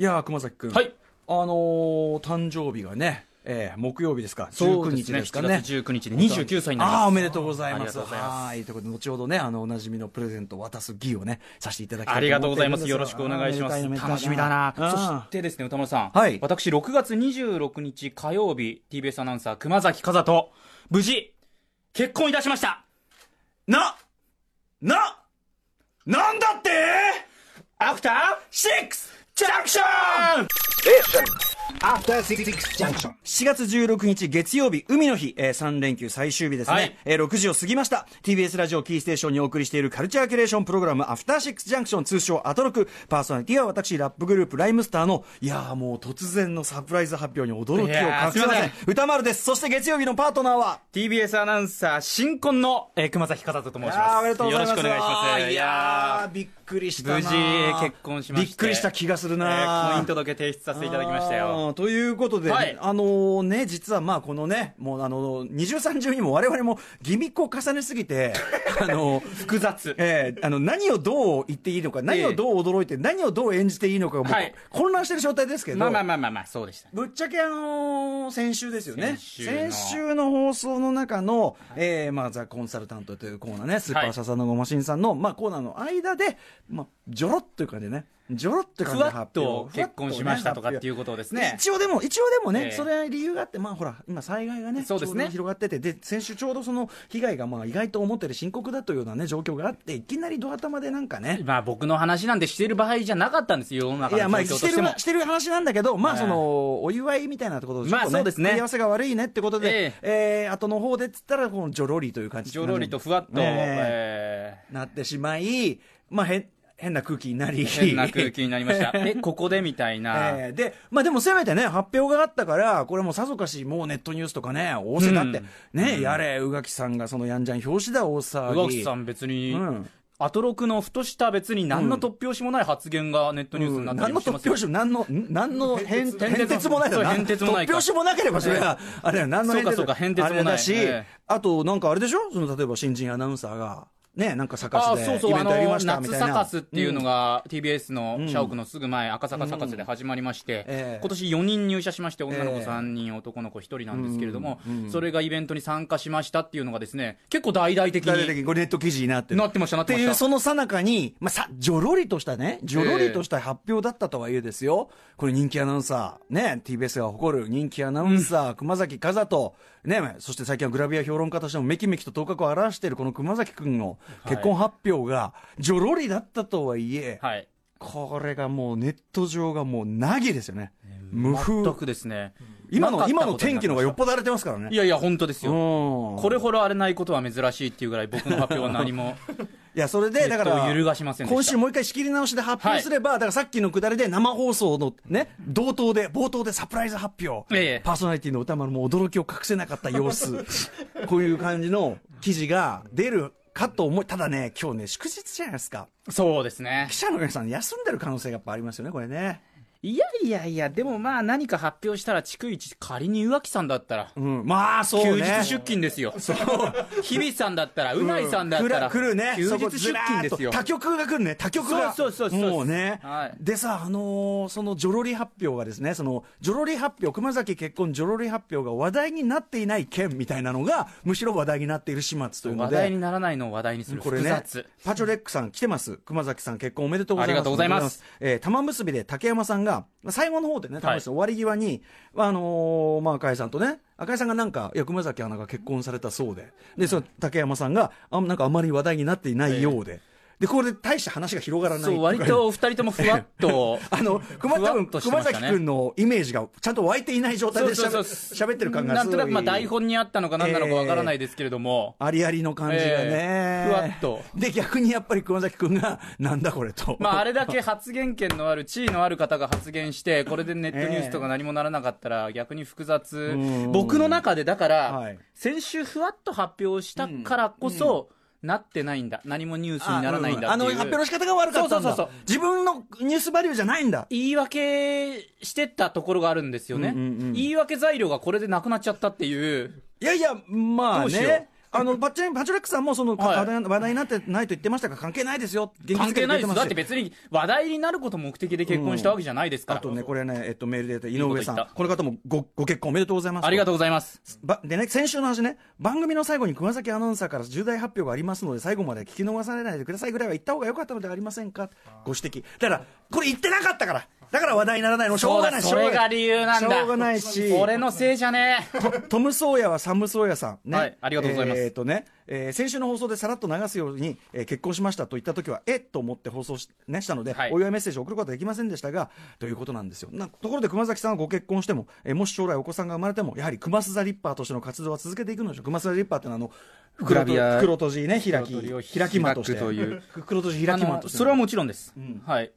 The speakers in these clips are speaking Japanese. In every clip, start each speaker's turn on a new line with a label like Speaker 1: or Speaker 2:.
Speaker 1: いやー熊崎君、
Speaker 2: はい
Speaker 1: あのー誕生日がね、えー木曜日ですか、
Speaker 2: そう
Speaker 1: 19
Speaker 2: です
Speaker 1: 日
Speaker 2: ね
Speaker 1: ですかね。
Speaker 2: 7月19日で29歳になります
Speaker 1: ああー、おめでとうござい
Speaker 2: あり
Speaker 1: ま
Speaker 2: が
Speaker 1: す。
Speaker 2: とうございます
Speaker 1: はい。ということで、後ほどね、あの、おなじみのプレゼントを渡す儀をね、させていただきたいと思って
Speaker 2: ありがとうございます。
Speaker 1: るんで
Speaker 2: よろしくお願いしま
Speaker 1: あ
Speaker 2: す
Speaker 1: ー。めでたい
Speaker 2: 楽しみだな。
Speaker 1: うん
Speaker 2: そしてですね、歌丸さん。
Speaker 1: はい
Speaker 2: 私、6月26日火曜日、TBS アナウンサー、熊崎和人、無事、結婚いたしました
Speaker 1: な、な、なんだって
Speaker 2: アフターシックスジャンクション
Speaker 3: After Six Junction.
Speaker 1: 7月16日月曜日、海の日、え3連休最終日ですね、
Speaker 2: はい
Speaker 1: えー6時を過ぎました。TBS ラジオキーステーションにお送りしているカルチャーキュレーションプログラム、アフターシックスジャンクション、通称アトロク。パーソナリティは私、ラップグループ、ライムスターの、いやーもう突然のサプライズ発表に驚きを隠
Speaker 2: いやーす
Speaker 1: せま
Speaker 2: いま
Speaker 1: せ
Speaker 2: せ
Speaker 1: ん
Speaker 2: ん。
Speaker 1: 歌丸です。そして月曜日のパートナーは、
Speaker 2: TBS アナウンサー、新婚の、えー熊崎和人と申
Speaker 1: い
Speaker 2: します。
Speaker 1: やーおめでとうございます。
Speaker 2: よろしくお願いします。
Speaker 1: あーいやーびっくりしたなー
Speaker 2: 無事結婚しました
Speaker 1: びっくりした気がする
Speaker 2: え
Speaker 1: なー
Speaker 2: ー婚姻届提出させていただきましたよ。
Speaker 1: あーということで、
Speaker 2: はい
Speaker 1: あのーね、実はまあこのね、もうあのー、二重三重にも我々もギミックを重ねすぎて、 あのー
Speaker 2: 複雑。
Speaker 1: えーあの何をどう言っていいのか、何をどう驚いて、何をどう演じていいのかがもう
Speaker 2: はい
Speaker 1: 混乱してる状態ですけど、
Speaker 2: まあまあまあまあまあ、そうでした。
Speaker 1: ぶっちゃけあのー先週ですよね。
Speaker 2: 先週の
Speaker 1: 先週の放送の中の、えーまあ、ザ・コンサルタントというコーナーね、スーパーササノゴマシンさんの、まあ、コーナーの間で、まあ、ジョロっという感じでね、ジョロっという感
Speaker 2: ふ
Speaker 1: じで
Speaker 2: わっ
Speaker 1: 発表。
Speaker 2: と結婚しましたとかっていううことです
Speaker 1: ね
Speaker 2: ね、。
Speaker 1: 一応でも、一応でもね、
Speaker 2: ええ
Speaker 1: それは理由があって、まあほら、今、災害がね、
Speaker 2: そうですね
Speaker 1: ちょど広がってて、で、先週ちょうどその被害が、まあ意外と思ったより深刻だというようなね、状況があって、いきなりドア玉でなんかね、
Speaker 2: まあ僕の話なんてしてる場合じゃなかったんですよ、世の中
Speaker 1: いや、ま
Speaker 2: の
Speaker 1: あ、
Speaker 2: 状況
Speaker 1: し
Speaker 2: と
Speaker 1: て
Speaker 2: して
Speaker 1: る
Speaker 2: も
Speaker 1: な、。してる話なんだけど、まあ、
Speaker 2: ええ
Speaker 1: その、お祝いみたいなところちょっと
Speaker 2: まあそうですね
Speaker 1: 食い合わせが悪いねってことで、えー後の方でっつったら、このジョロリという感じ
Speaker 2: ジョロリとふわっと、
Speaker 1: ね
Speaker 2: え
Speaker 1: えなってしまい、まあ、変、変な空気になり。
Speaker 2: ー変な空気になりま した。え、ここでみたいな。
Speaker 1: えーで、まあでもせめてね、発表があったから、これもさぞかし、もうネットニュースとかね、大勢だって、ね、やれ、宇垣さんがそのやんじゃん表紙だ、大騒
Speaker 2: 宇
Speaker 1: ぎ。
Speaker 2: 垣さん別に、
Speaker 1: うん
Speaker 2: アトロクのふとした別に何の突拍子もない発言がネットニュース
Speaker 1: う
Speaker 2: に
Speaker 1: ん
Speaker 2: なって
Speaker 1: 何
Speaker 2: りも
Speaker 1: の
Speaker 2: し
Speaker 1: 突
Speaker 2: ますよ
Speaker 1: 拍子も、何の、ん何の変、
Speaker 2: 変
Speaker 1: 変哲もないだろ
Speaker 2: そう変哲もない
Speaker 1: 突
Speaker 2: か
Speaker 1: 拍子もなければ、それは、あれは何の変哲
Speaker 2: そうかそうか変哲もない
Speaker 1: あれだし
Speaker 2: ええ、
Speaker 1: あと、なんかあれでしょその、例えば新人アナウンサーが、ね、なんかサカ
Speaker 2: あ
Speaker 1: ス
Speaker 2: あ
Speaker 1: で
Speaker 2: そう
Speaker 1: イ
Speaker 2: そう、
Speaker 1: ベ
Speaker 2: あ
Speaker 1: ントやり
Speaker 2: の
Speaker 1: ましたみ
Speaker 2: 夏
Speaker 1: たいな。
Speaker 2: サカスっていうの
Speaker 1: ん
Speaker 2: が TBS の社屋のすぐ前、赤坂サカスで始まりまして、
Speaker 1: ええ
Speaker 2: 今年4人入社しまして、女の子
Speaker 1: ええ
Speaker 2: 3人、男の子1人なんですけれども、それがイベントに参加しましたっていうのがですね、結構大々的
Speaker 1: 具体的
Speaker 2: に
Speaker 1: にこれネット記事になってる
Speaker 2: なってました、な
Speaker 1: っ
Speaker 2: っててまし
Speaker 1: い
Speaker 2: た。
Speaker 1: うそのさなかに、まあ、さ、ジョロリとしたね、ジョロリとした発表だったとはいえですよ、これ人気アナウンサー、ね、TBS が誇る人気アナウンサー、熊崎和人、ね、そして最近はグラビア評論家としてもめきめきと頭角を現しているこの熊崎くんの結婚発表が、ジョロリだったとはいえ、
Speaker 2: はい。
Speaker 1: これがもうネット上がもうなぎですよね。無風。
Speaker 2: 全くですね。
Speaker 1: 今
Speaker 2: な
Speaker 1: の、
Speaker 2: かったこと
Speaker 1: 今の天気の方がよっぽど荒れてますからね。
Speaker 2: いやいや、本当ですよ。
Speaker 1: うん
Speaker 2: これほど荒れないことは珍しいっていうぐらい僕の発表は 何も。
Speaker 1: いや、それで、だか
Speaker 2: ネッ
Speaker 1: ら、
Speaker 2: トを揺るがしませんでした
Speaker 1: 今週もう一回仕切り直しで発表すれば、だからさっきのくだりで生放送のね、同等で、冒頭でサプライズ発表、
Speaker 2: ええ
Speaker 1: パーソナリティの歌丸も驚きを隠せなかった様子、 こういう感じの記事が出るかと思い、ただね、今日ね、祝日じゃないですか。
Speaker 2: そうですね
Speaker 1: 記。者の皆さん、休んでる可能性がやっぱありますよね、これね。
Speaker 2: いやいやいや、でもまあ何か発表したら、逐一、仮に浮気さんだったら、
Speaker 1: うん、まあ、そうね。
Speaker 2: 休日出勤ですよ。日々さんだったら、うまいさんだったら、
Speaker 1: 来るね
Speaker 2: 休
Speaker 1: そ
Speaker 2: 日
Speaker 1: こ
Speaker 2: 出
Speaker 1: ずら
Speaker 2: 勤
Speaker 1: ー
Speaker 2: で
Speaker 1: っと
Speaker 2: すよ。
Speaker 1: 他局が来るね他局が
Speaker 2: そうそうそうそう
Speaker 1: もうね、
Speaker 2: はい
Speaker 1: でさあのーそのジョロリ発表がですねそのジョロリ発表熊崎結婚ジョロリ発表が話題になっていない件みたいなのがむしろ話題になっている始末というの
Speaker 2: 話
Speaker 1: で
Speaker 2: 題にならないのを話題にする。
Speaker 1: これ
Speaker 2: 複
Speaker 1: ね
Speaker 2: 雑。、
Speaker 1: パチョレックさん来てます。熊崎さん結婚おめでとうございます。
Speaker 2: ありがとうございます。
Speaker 1: えー玉結びで竹山さんが、最後の方でね、玉結び終わり際に、あのーまあ、赤井さんとね、赤井さんがなんか、いや、熊崎アナが結婚されたそうで、で、その竹山さんが、あなんかあまり話題になっていないようで、で、これで大して話が広がらないってい。
Speaker 2: そう、割とお二人ともふわっと
Speaker 1: あの、熊、
Speaker 2: ふ
Speaker 1: 多
Speaker 2: わっ
Speaker 1: 分、
Speaker 2: として
Speaker 1: 熊
Speaker 2: ましたね
Speaker 1: 崎くんのイメージがちゃんと湧いていない状態でしゃべ
Speaker 2: そうそうそ
Speaker 1: 喋ってる感が
Speaker 2: な
Speaker 1: す
Speaker 2: ん
Speaker 1: ごい。
Speaker 2: となくまあ台本にあったのか何なのかわからないですけれども、
Speaker 1: ありありの感じがね、
Speaker 2: ええふわっと
Speaker 1: で、逆にやっぱり熊崎くんが、 なんだこれと。
Speaker 2: まああれだけ発言権のある地位のある方が発言して、これでネットニュースとか何もならなかったら逆に複雑
Speaker 1: う。ん
Speaker 2: 僕の中でだか
Speaker 1: は
Speaker 2: ら
Speaker 1: い、
Speaker 2: 先週ふわっと発表したからこそ、なってないんだ。何もニュースにならないんだ
Speaker 1: あ
Speaker 2: って
Speaker 1: の、
Speaker 2: いう。
Speaker 1: 発表の仕方が悪かったんだ。
Speaker 2: そうそうそうそう
Speaker 1: 自分のニュースバリューじゃないんだ。
Speaker 2: 言い訳してたところがあるんですよね、
Speaker 1: うんうんうん
Speaker 2: 言い訳材料がこれでなくなっちゃったっていう
Speaker 1: いやいや、まあ
Speaker 2: どうしよ
Speaker 1: ね
Speaker 2: う。
Speaker 1: あの、バッチェン、バチュレックさんもその、か
Speaker 2: はい
Speaker 1: 話題話題になってないと言ってましたが、関係ないですよ。現
Speaker 2: 関
Speaker 1: 実
Speaker 2: 係
Speaker 1: で
Speaker 2: な
Speaker 1: 出
Speaker 2: い
Speaker 1: て
Speaker 2: です
Speaker 1: ま
Speaker 2: だ
Speaker 1: すし
Speaker 2: っ
Speaker 1: て
Speaker 2: 別に話題になることを目的で結婚したわけじゃないですか
Speaker 1: あ
Speaker 2: ら、
Speaker 1: とね、これね、えっと、メールで言った井上さ
Speaker 2: いいこと言っ
Speaker 1: ん
Speaker 2: た。
Speaker 1: この方もご、ご結婚おめでとうございます。
Speaker 2: ありがとうございます
Speaker 1: ばでね、先週の話ね、番組の最後に熊崎アナウンサーから重大発表がありますので、最後まで聞き逃されないでくださいぐらいは言った方が良かったのではありませんか、ご指摘、だから、これ言ってなかったから、だから話題にならないの、しょうがない、
Speaker 2: そうだそれが
Speaker 1: しょう
Speaker 2: 理由なんだ
Speaker 1: しょうがないし
Speaker 2: 俺のせいじゃねえ
Speaker 1: トトム・ソーヤはサム・ソーヤさん、ね
Speaker 2: はいありがとうございます
Speaker 1: えーとねえー先週の放送でさらっと流すように、えー結婚しましたと言った時は、えっと思って放送し,、ね、したので、
Speaker 2: はい
Speaker 1: お祝いメッセージを送ることはできませんでしたが、ということなんですよ。なところで、熊崎さんはご結婚しても、えーもし将来お子さんが生まれても、やはり熊須ザ・リッパーとしての活動は続けていくのでしょう。熊須ザ・リッパーってのはあの
Speaker 2: グラ
Speaker 1: 袋と
Speaker 2: ビア
Speaker 1: 袋とじね、開き
Speaker 2: 袋とじを、
Speaker 1: 開き間として。
Speaker 2: 開くという
Speaker 1: 袋とじ
Speaker 2: あ
Speaker 1: 開き間
Speaker 2: の
Speaker 1: として。
Speaker 2: それはもちろんです、はい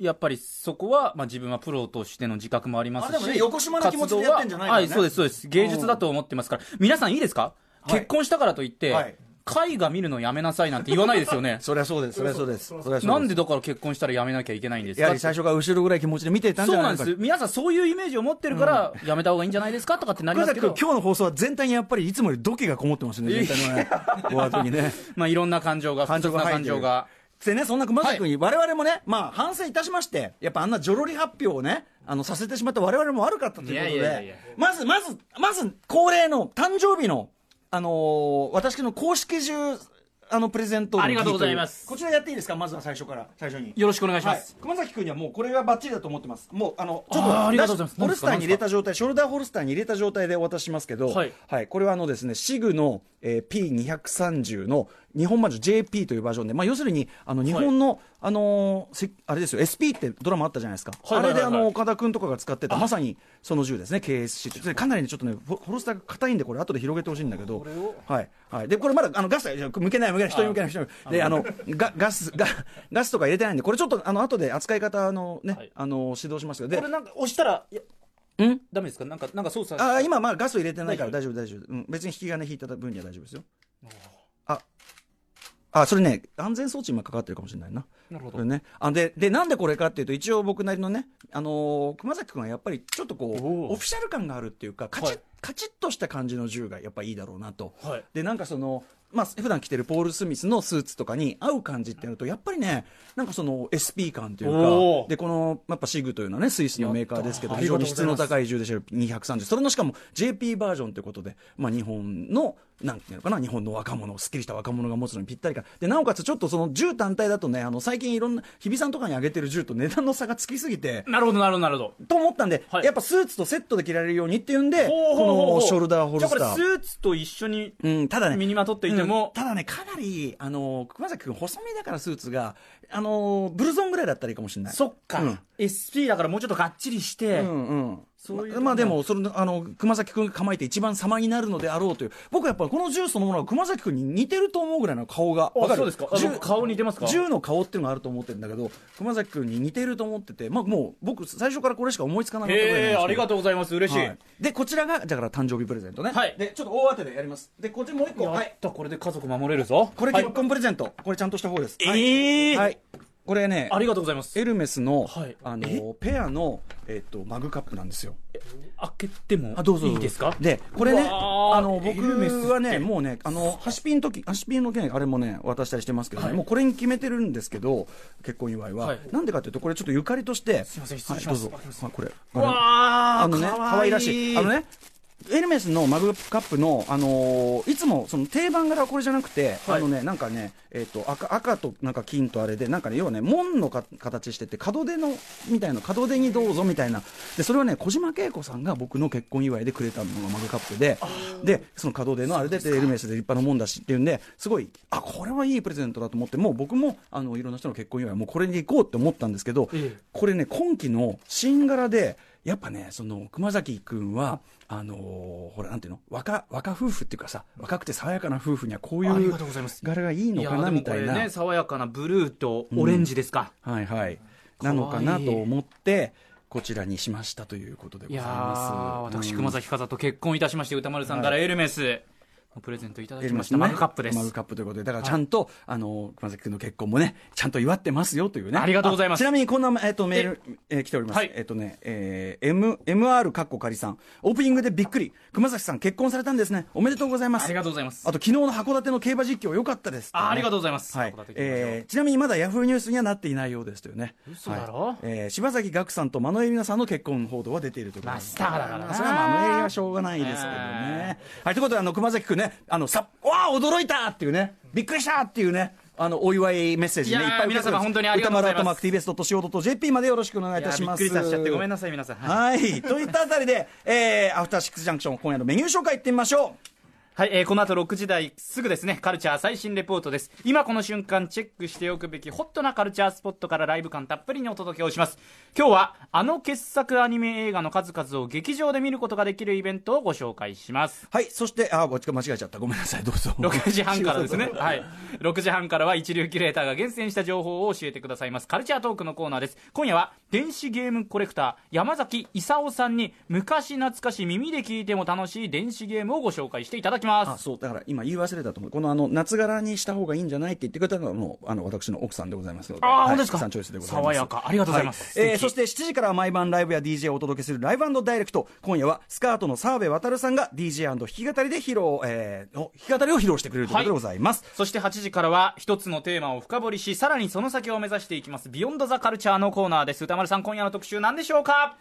Speaker 2: やっぱりそこは、まあ、自分はプロとしての自覚もありますし
Speaker 1: あでもね横島な気持ちでやってんじゃないからね
Speaker 2: 活動ははいそうですそうです芸術だと思ってますから、皆さんいいですか、
Speaker 1: はい
Speaker 2: 結婚したからといって、
Speaker 1: はい
Speaker 2: 絵画見るのやめなさいなんて言わないですよね
Speaker 1: そりゃそうです、そりゃそうです。そりゃそうです
Speaker 2: なんでだから結婚したらやめなきゃいけないんです
Speaker 1: やは
Speaker 2: か
Speaker 1: り最初から後ろぐらい気持ちで見ていたんじ
Speaker 2: そう
Speaker 1: ゃな
Speaker 2: ないん
Speaker 1: か
Speaker 2: です皆さんそういうイメージを持ってるから、やめた方がいいんじゃないですかとかってなり
Speaker 1: 黒
Speaker 2: ます
Speaker 1: 崎
Speaker 2: け
Speaker 1: 君
Speaker 2: ど、
Speaker 1: 今日の放送は全体にやっぱりいつもより度胸がこもってますね、全体のね、終わる時ね。
Speaker 2: まあ、いろんな感情が複
Speaker 1: 感
Speaker 2: 雑
Speaker 1: 情が
Speaker 2: な
Speaker 1: 入っ
Speaker 2: 感
Speaker 1: てる
Speaker 2: 情が。
Speaker 1: でね、そんな熊崎君に、我々もね、まあ、反省いたしまして、やっぱあんなジョロリ発表をね、あの、させてしまった我々も悪かったということで、
Speaker 2: いやいやいやいや
Speaker 1: まず、まず、まず、恒例の誕生日の、あのー私の公式中、あの、プレゼントの
Speaker 2: ありがとうございます
Speaker 1: こちらやっていいですかまずは最初から、最初に。
Speaker 2: よろしくお願いしま
Speaker 1: はい
Speaker 2: す、、
Speaker 1: 熊崎君にはもうこれがバッチリだと思ってます、もうあのちょっ
Speaker 2: あー
Speaker 1: と
Speaker 2: ありがとうございます
Speaker 1: ホルスターに入れた状態、ショルダーホルスターに入れた状態でお渡ししますけど、
Speaker 2: はい
Speaker 1: これはあのですねシグの、えー、P230 の日本版の JP というバージョンで、まあ、要するにあの日本の、あのーせあれですよ、SP ってドラマあったじゃないですか、
Speaker 2: はいはいはいは
Speaker 1: あ
Speaker 2: い
Speaker 1: れであの岡田君とかが使ってた、まさにその銃ですね、KSC って、それかなりねちょっとね、ホホルスターが硬いんで、これ、後で広げてほしいんだけど、はいはい、でこれ、まだあのガス、いや向けない、向けない、人に向けない、人に向けない、であのガガスガ、ガスとか入れてないんで、これちょっとあの後で扱い方の、ね
Speaker 2: い
Speaker 1: あの指導しますけど、で
Speaker 2: これなんか押したら、いや
Speaker 1: ん
Speaker 2: ダメですかなんか、なんか操作
Speaker 1: あー今、まあ、ガスを入れてないから大丈夫、大丈夫、うん、別に引き金引いた分には大丈夫ですよ。ああそれね、安全装置今かかってるかもしれないな。
Speaker 2: なるほ
Speaker 1: これね、あででなんでこれかっていうと一応僕なりのね、あのー熊崎君はやっぱりちょっとこ
Speaker 2: おー
Speaker 1: うオフィシャル感があるっていうかカチッ、
Speaker 2: はい
Speaker 1: カチッとした感じの銃がやっぱいいだろうなと、
Speaker 2: はい
Speaker 1: でなんかその、まあ、普段着てるポール・スミスのスーツとかに合う感じっていうのとやっぱりねなんかその SP 感という
Speaker 2: お
Speaker 1: か
Speaker 2: ー
Speaker 1: でこのやっぱシグというのはねスイスのメーカーですけど
Speaker 2: やった
Speaker 1: 非常に質の
Speaker 2: ありがとうござい
Speaker 1: 高い
Speaker 2: ます
Speaker 1: 銃でしたよ230それのしかも JP バージョンということで、まあ、日本のなんていうのかな日本の若者すっきりした若者が持つのにぴったりかでなおかつちょっとその銃単体だとねあの最近いろんな日比さんとかにあげてる銃と値段の差がつきすぎて。
Speaker 2: なるほど、なるほど、なるほど。
Speaker 1: と思ったんで、
Speaker 2: はい
Speaker 1: やっぱスーツとセットで着られるようにっていうんで、
Speaker 2: ほうほうほうほ
Speaker 1: こ
Speaker 2: う
Speaker 1: のショルダーホルスター。
Speaker 2: じゃあこれスーツと一緒に
Speaker 1: うん、ただね、
Speaker 2: 身にまとっていても
Speaker 1: うんただね、かなり、あのー熊崎君、細身だからスーツが、あのーブルゾンぐらいだったらいいかもしれない。
Speaker 2: そっか、
Speaker 1: うん
Speaker 2: SP だからもうちょっとがっちりして、
Speaker 1: うんうん。
Speaker 2: そういう
Speaker 1: ままあでも、その、あの、熊崎君が構えて一番様になるのであろうという。僕はやっぱりこの銃そのものは熊崎君に似てると思うぐらいの顔が。わ
Speaker 2: あ
Speaker 1: かる
Speaker 2: そうですかあ
Speaker 1: 銃
Speaker 2: 僕顔似てますか
Speaker 1: 銃の顔っていうのがあると思ってるんだけど、熊崎君に似てると思ってて、まあもう、僕、最初からこれしか思いつかなかったぐらいなんです
Speaker 2: へ
Speaker 1: け
Speaker 2: え
Speaker 1: ど
Speaker 2: ありがとうございます嬉しい、
Speaker 1: はいで、こちらが、だから誕生日プレゼントね。
Speaker 2: はい
Speaker 1: で、ちょっと大当てでやります。で、こっちもう一個。
Speaker 2: や
Speaker 1: はい
Speaker 2: っ。たこれで家族守れるぞ
Speaker 1: これ
Speaker 2: はい
Speaker 1: 結婚プレゼント、これちゃんとした方です、はい
Speaker 2: ええ
Speaker 1: はいこれね
Speaker 2: ありがとうございます
Speaker 1: エルメスの,、
Speaker 2: はい
Speaker 1: あ
Speaker 2: え
Speaker 1: のペアの、えっとマグカップなんですよ
Speaker 2: 開けてもいいですか
Speaker 1: でこれね
Speaker 2: うわー
Speaker 1: あの僕
Speaker 2: エルメスって
Speaker 1: はねもうねあのハシピンの時ハシピンの件あれもね渡したりしてますけど、ねもうこれに決めてるんですけど結婚祝いは、
Speaker 2: はい
Speaker 1: なんでかというとこれちょっとゆかりとしてす
Speaker 2: いません失礼します
Speaker 1: はい、どうぞあこれ
Speaker 2: うわー
Speaker 1: あのね、可愛らしい。あのね、エルメスのマグカップの、あのーいつもその定番柄はこれじゃなくて、
Speaker 2: は
Speaker 1: あ
Speaker 2: い
Speaker 1: のね、なんかね、えっ、と赤、赤となんか金とあれで、なんかね、要はね、門のか形してて、門出の、みたいな、門出にどうぞみたいな。で、それはね、小島慶子さんが僕の結婚祝いでくれたのがマグカップで、で、その門出のあれで、でエルメスで立派なもんだしっていうんで、すごい、あ、これはいいプレゼントだと思って、もう僕も、あの、いろんな人の結婚祝い、もうこれに行こうって思ったんですけど、
Speaker 2: ええ
Speaker 1: これね、今期の新柄で、やっぱね、その、熊崎くんは、あのーほら、なんていうの若、若夫婦っていうかさ、若くて爽やかな夫婦にはこうい
Speaker 2: あり
Speaker 1: う
Speaker 2: がとうございます
Speaker 1: 柄がいいのか
Speaker 2: や
Speaker 1: な、
Speaker 2: でも
Speaker 1: み
Speaker 2: こ
Speaker 1: たい
Speaker 2: れ
Speaker 1: な。
Speaker 2: ね爽やかなブルーとオレンジですか、
Speaker 1: はいはい。なのかな
Speaker 2: かわいい
Speaker 1: と思って、こちらにしましたということでご
Speaker 2: い
Speaker 1: ざい
Speaker 2: や
Speaker 1: ます。
Speaker 2: ー私
Speaker 1: うん
Speaker 2: 熊崎風と結婚いたしまして歌丸さんからエルメス、プレゼントいただ
Speaker 1: や
Speaker 2: き
Speaker 1: り
Speaker 2: ま
Speaker 1: ま
Speaker 2: し、
Speaker 1: したた
Speaker 2: マグカップです。
Speaker 1: マグカップということで、だからちゃんと、あの、熊崎君の結婚もね、ちゃんと祝ってますよというね。
Speaker 2: ありがとうございます
Speaker 1: あちなみにこんな、えっと、メール、えー来ております。
Speaker 2: はい
Speaker 1: えっとね、えー、M、MR かっこかりさん。オープニングでびっくり。熊崎さん結婚されたんですね。おめでとうございます。
Speaker 2: ありがとうございます
Speaker 1: あと、昨日の函館の競馬実況良かったです、
Speaker 2: あありがとうございます。
Speaker 1: はい
Speaker 2: 函館行きましょう
Speaker 1: えーちなみにまだヤフーニュースにはなっていないようですというね、
Speaker 2: 嘘だろ
Speaker 1: はいえー柴崎岳さんとマノエリナさんの結婚報道は出ているということで
Speaker 2: まあ、
Speaker 1: す
Speaker 2: スターだからな。
Speaker 1: それはマノエリナはしょうがないですけどね。はい、ということで、あの熊崎君ね、あのさわあ、驚いたっていうね、びっくりしたっていうね。あのお祝いメッセージね、
Speaker 2: い
Speaker 1: い
Speaker 2: やー
Speaker 1: っぱい
Speaker 2: 皆様本当にありがとうござ
Speaker 1: 歌丸ア
Speaker 2: います
Speaker 1: ットマーク TBS.CO.JP までよろしくお願いいたします。
Speaker 2: いやびっくりさせちゃってごめんなさい皆さんは
Speaker 1: はい、といったあたりで、えーアフターシックスジャンクション、今夜のメニュー紹介いってみましょう。
Speaker 2: はい、えーこの後6時台すぐですね、カルチャー最新レポートです。今この瞬間チェックしておくべきホットなカルチャースポットからライブ感たっぷりにお届けをします。今日はあの傑作アニメ映画の数々を劇場で見ることができるイベントをご紹介します。
Speaker 1: はい、そして、あ、間違えちゃった。ごめんなさい、どうぞ。
Speaker 2: 6時半からです ね。はい。6時半からは一流キュレーターが厳選した情報を教えてくださいます。カルチャートークのコーナーです。今夜は電子ゲームコレクター、山崎勲さんに昔懐かし耳で聞いても楽しい電子ゲームをご紹介していただきます
Speaker 1: あ。そうだから今言い忘れたと思うこのあの夏柄にした方がいいんじゃないって言ってくれたのはもうあの私の奥さんでございますので
Speaker 2: あー
Speaker 1: はい
Speaker 2: 本当ですか
Speaker 1: 奥さんチョイスでございます
Speaker 2: 爽やかありがとうございます
Speaker 1: は
Speaker 2: 素
Speaker 1: えー
Speaker 2: 敵
Speaker 1: そして7時からは毎晩ライブや DJ をお届けするライブダイレクト今夜はスカートの澤部渉さんが DJ& 弾き語りで披露、えー、お弾き語りを披露してくれるということでございます、
Speaker 2: そして8時からは一つのテーマを深掘りしさらにその先を目指していきます「ビヨンドザカルチャーのコーナーです歌丸さん今夜の特集何でしょうか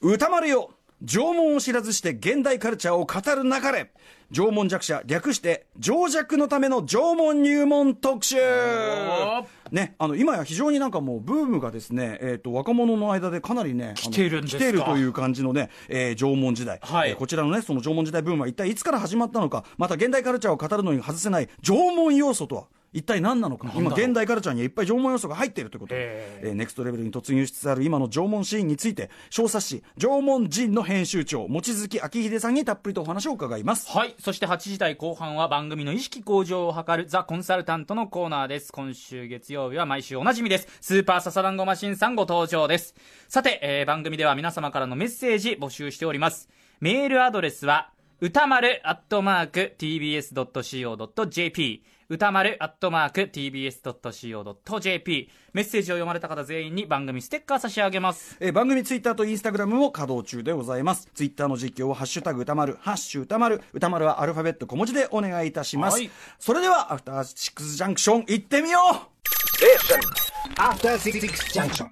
Speaker 1: 歌丸よ縄文を知らずして現代カルチャーを語るなかれ縄文弱者略して情弱のための縄文入門特集
Speaker 2: ー
Speaker 1: ね、あの今や非常になんかもうブームがですね、えー、と若者の間でかなりね来
Speaker 2: てるんですか
Speaker 1: 来てるという感じのね、えー縄文時代、
Speaker 2: はい
Speaker 1: えーこちらのねその縄文時代ブームは一体いつから始まったのかまた現代カルチャーを語るのに外せない縄文要素とは一体何なのか今現代カルチャーにはいっぱい縄文要素が入っているということ
Speaker 2: へ
Speaker 1: えーネクストレベルに突入しつつある今の縄文シーンについて小冊子「縄文人」の編集長望月明秀さんにたっぷりとお話を伺います
Speaker 2: はいそして8時台後半は番組の意識向上を図る「ザ・コンサルタント」のコーナーです今週月曜日は毎週おなじみですスーパーササダンゴマシンさんご登場ですさて、えー番組では皆様からのメッセージ募集しておりますメールアドレスは歌丸アットマーク tbs.co.jp 歌丸アットマーク tbs.co.jp メッセージを読まれた方全員に番組ステッカー差し上げます
Speaker 1: えー番組ツイッターとインスタグラムも稼働中でございますツイッターの実況を「ハッシュタグ歌丸」「ハッシュ歌丸」歌丸はアルファベット小文字でお願いいたします、
Speaker 2: はい
Speaker 1: それではアフターシックスジャンクション行ってみよう
Speaker 3: Station. After Six Junction.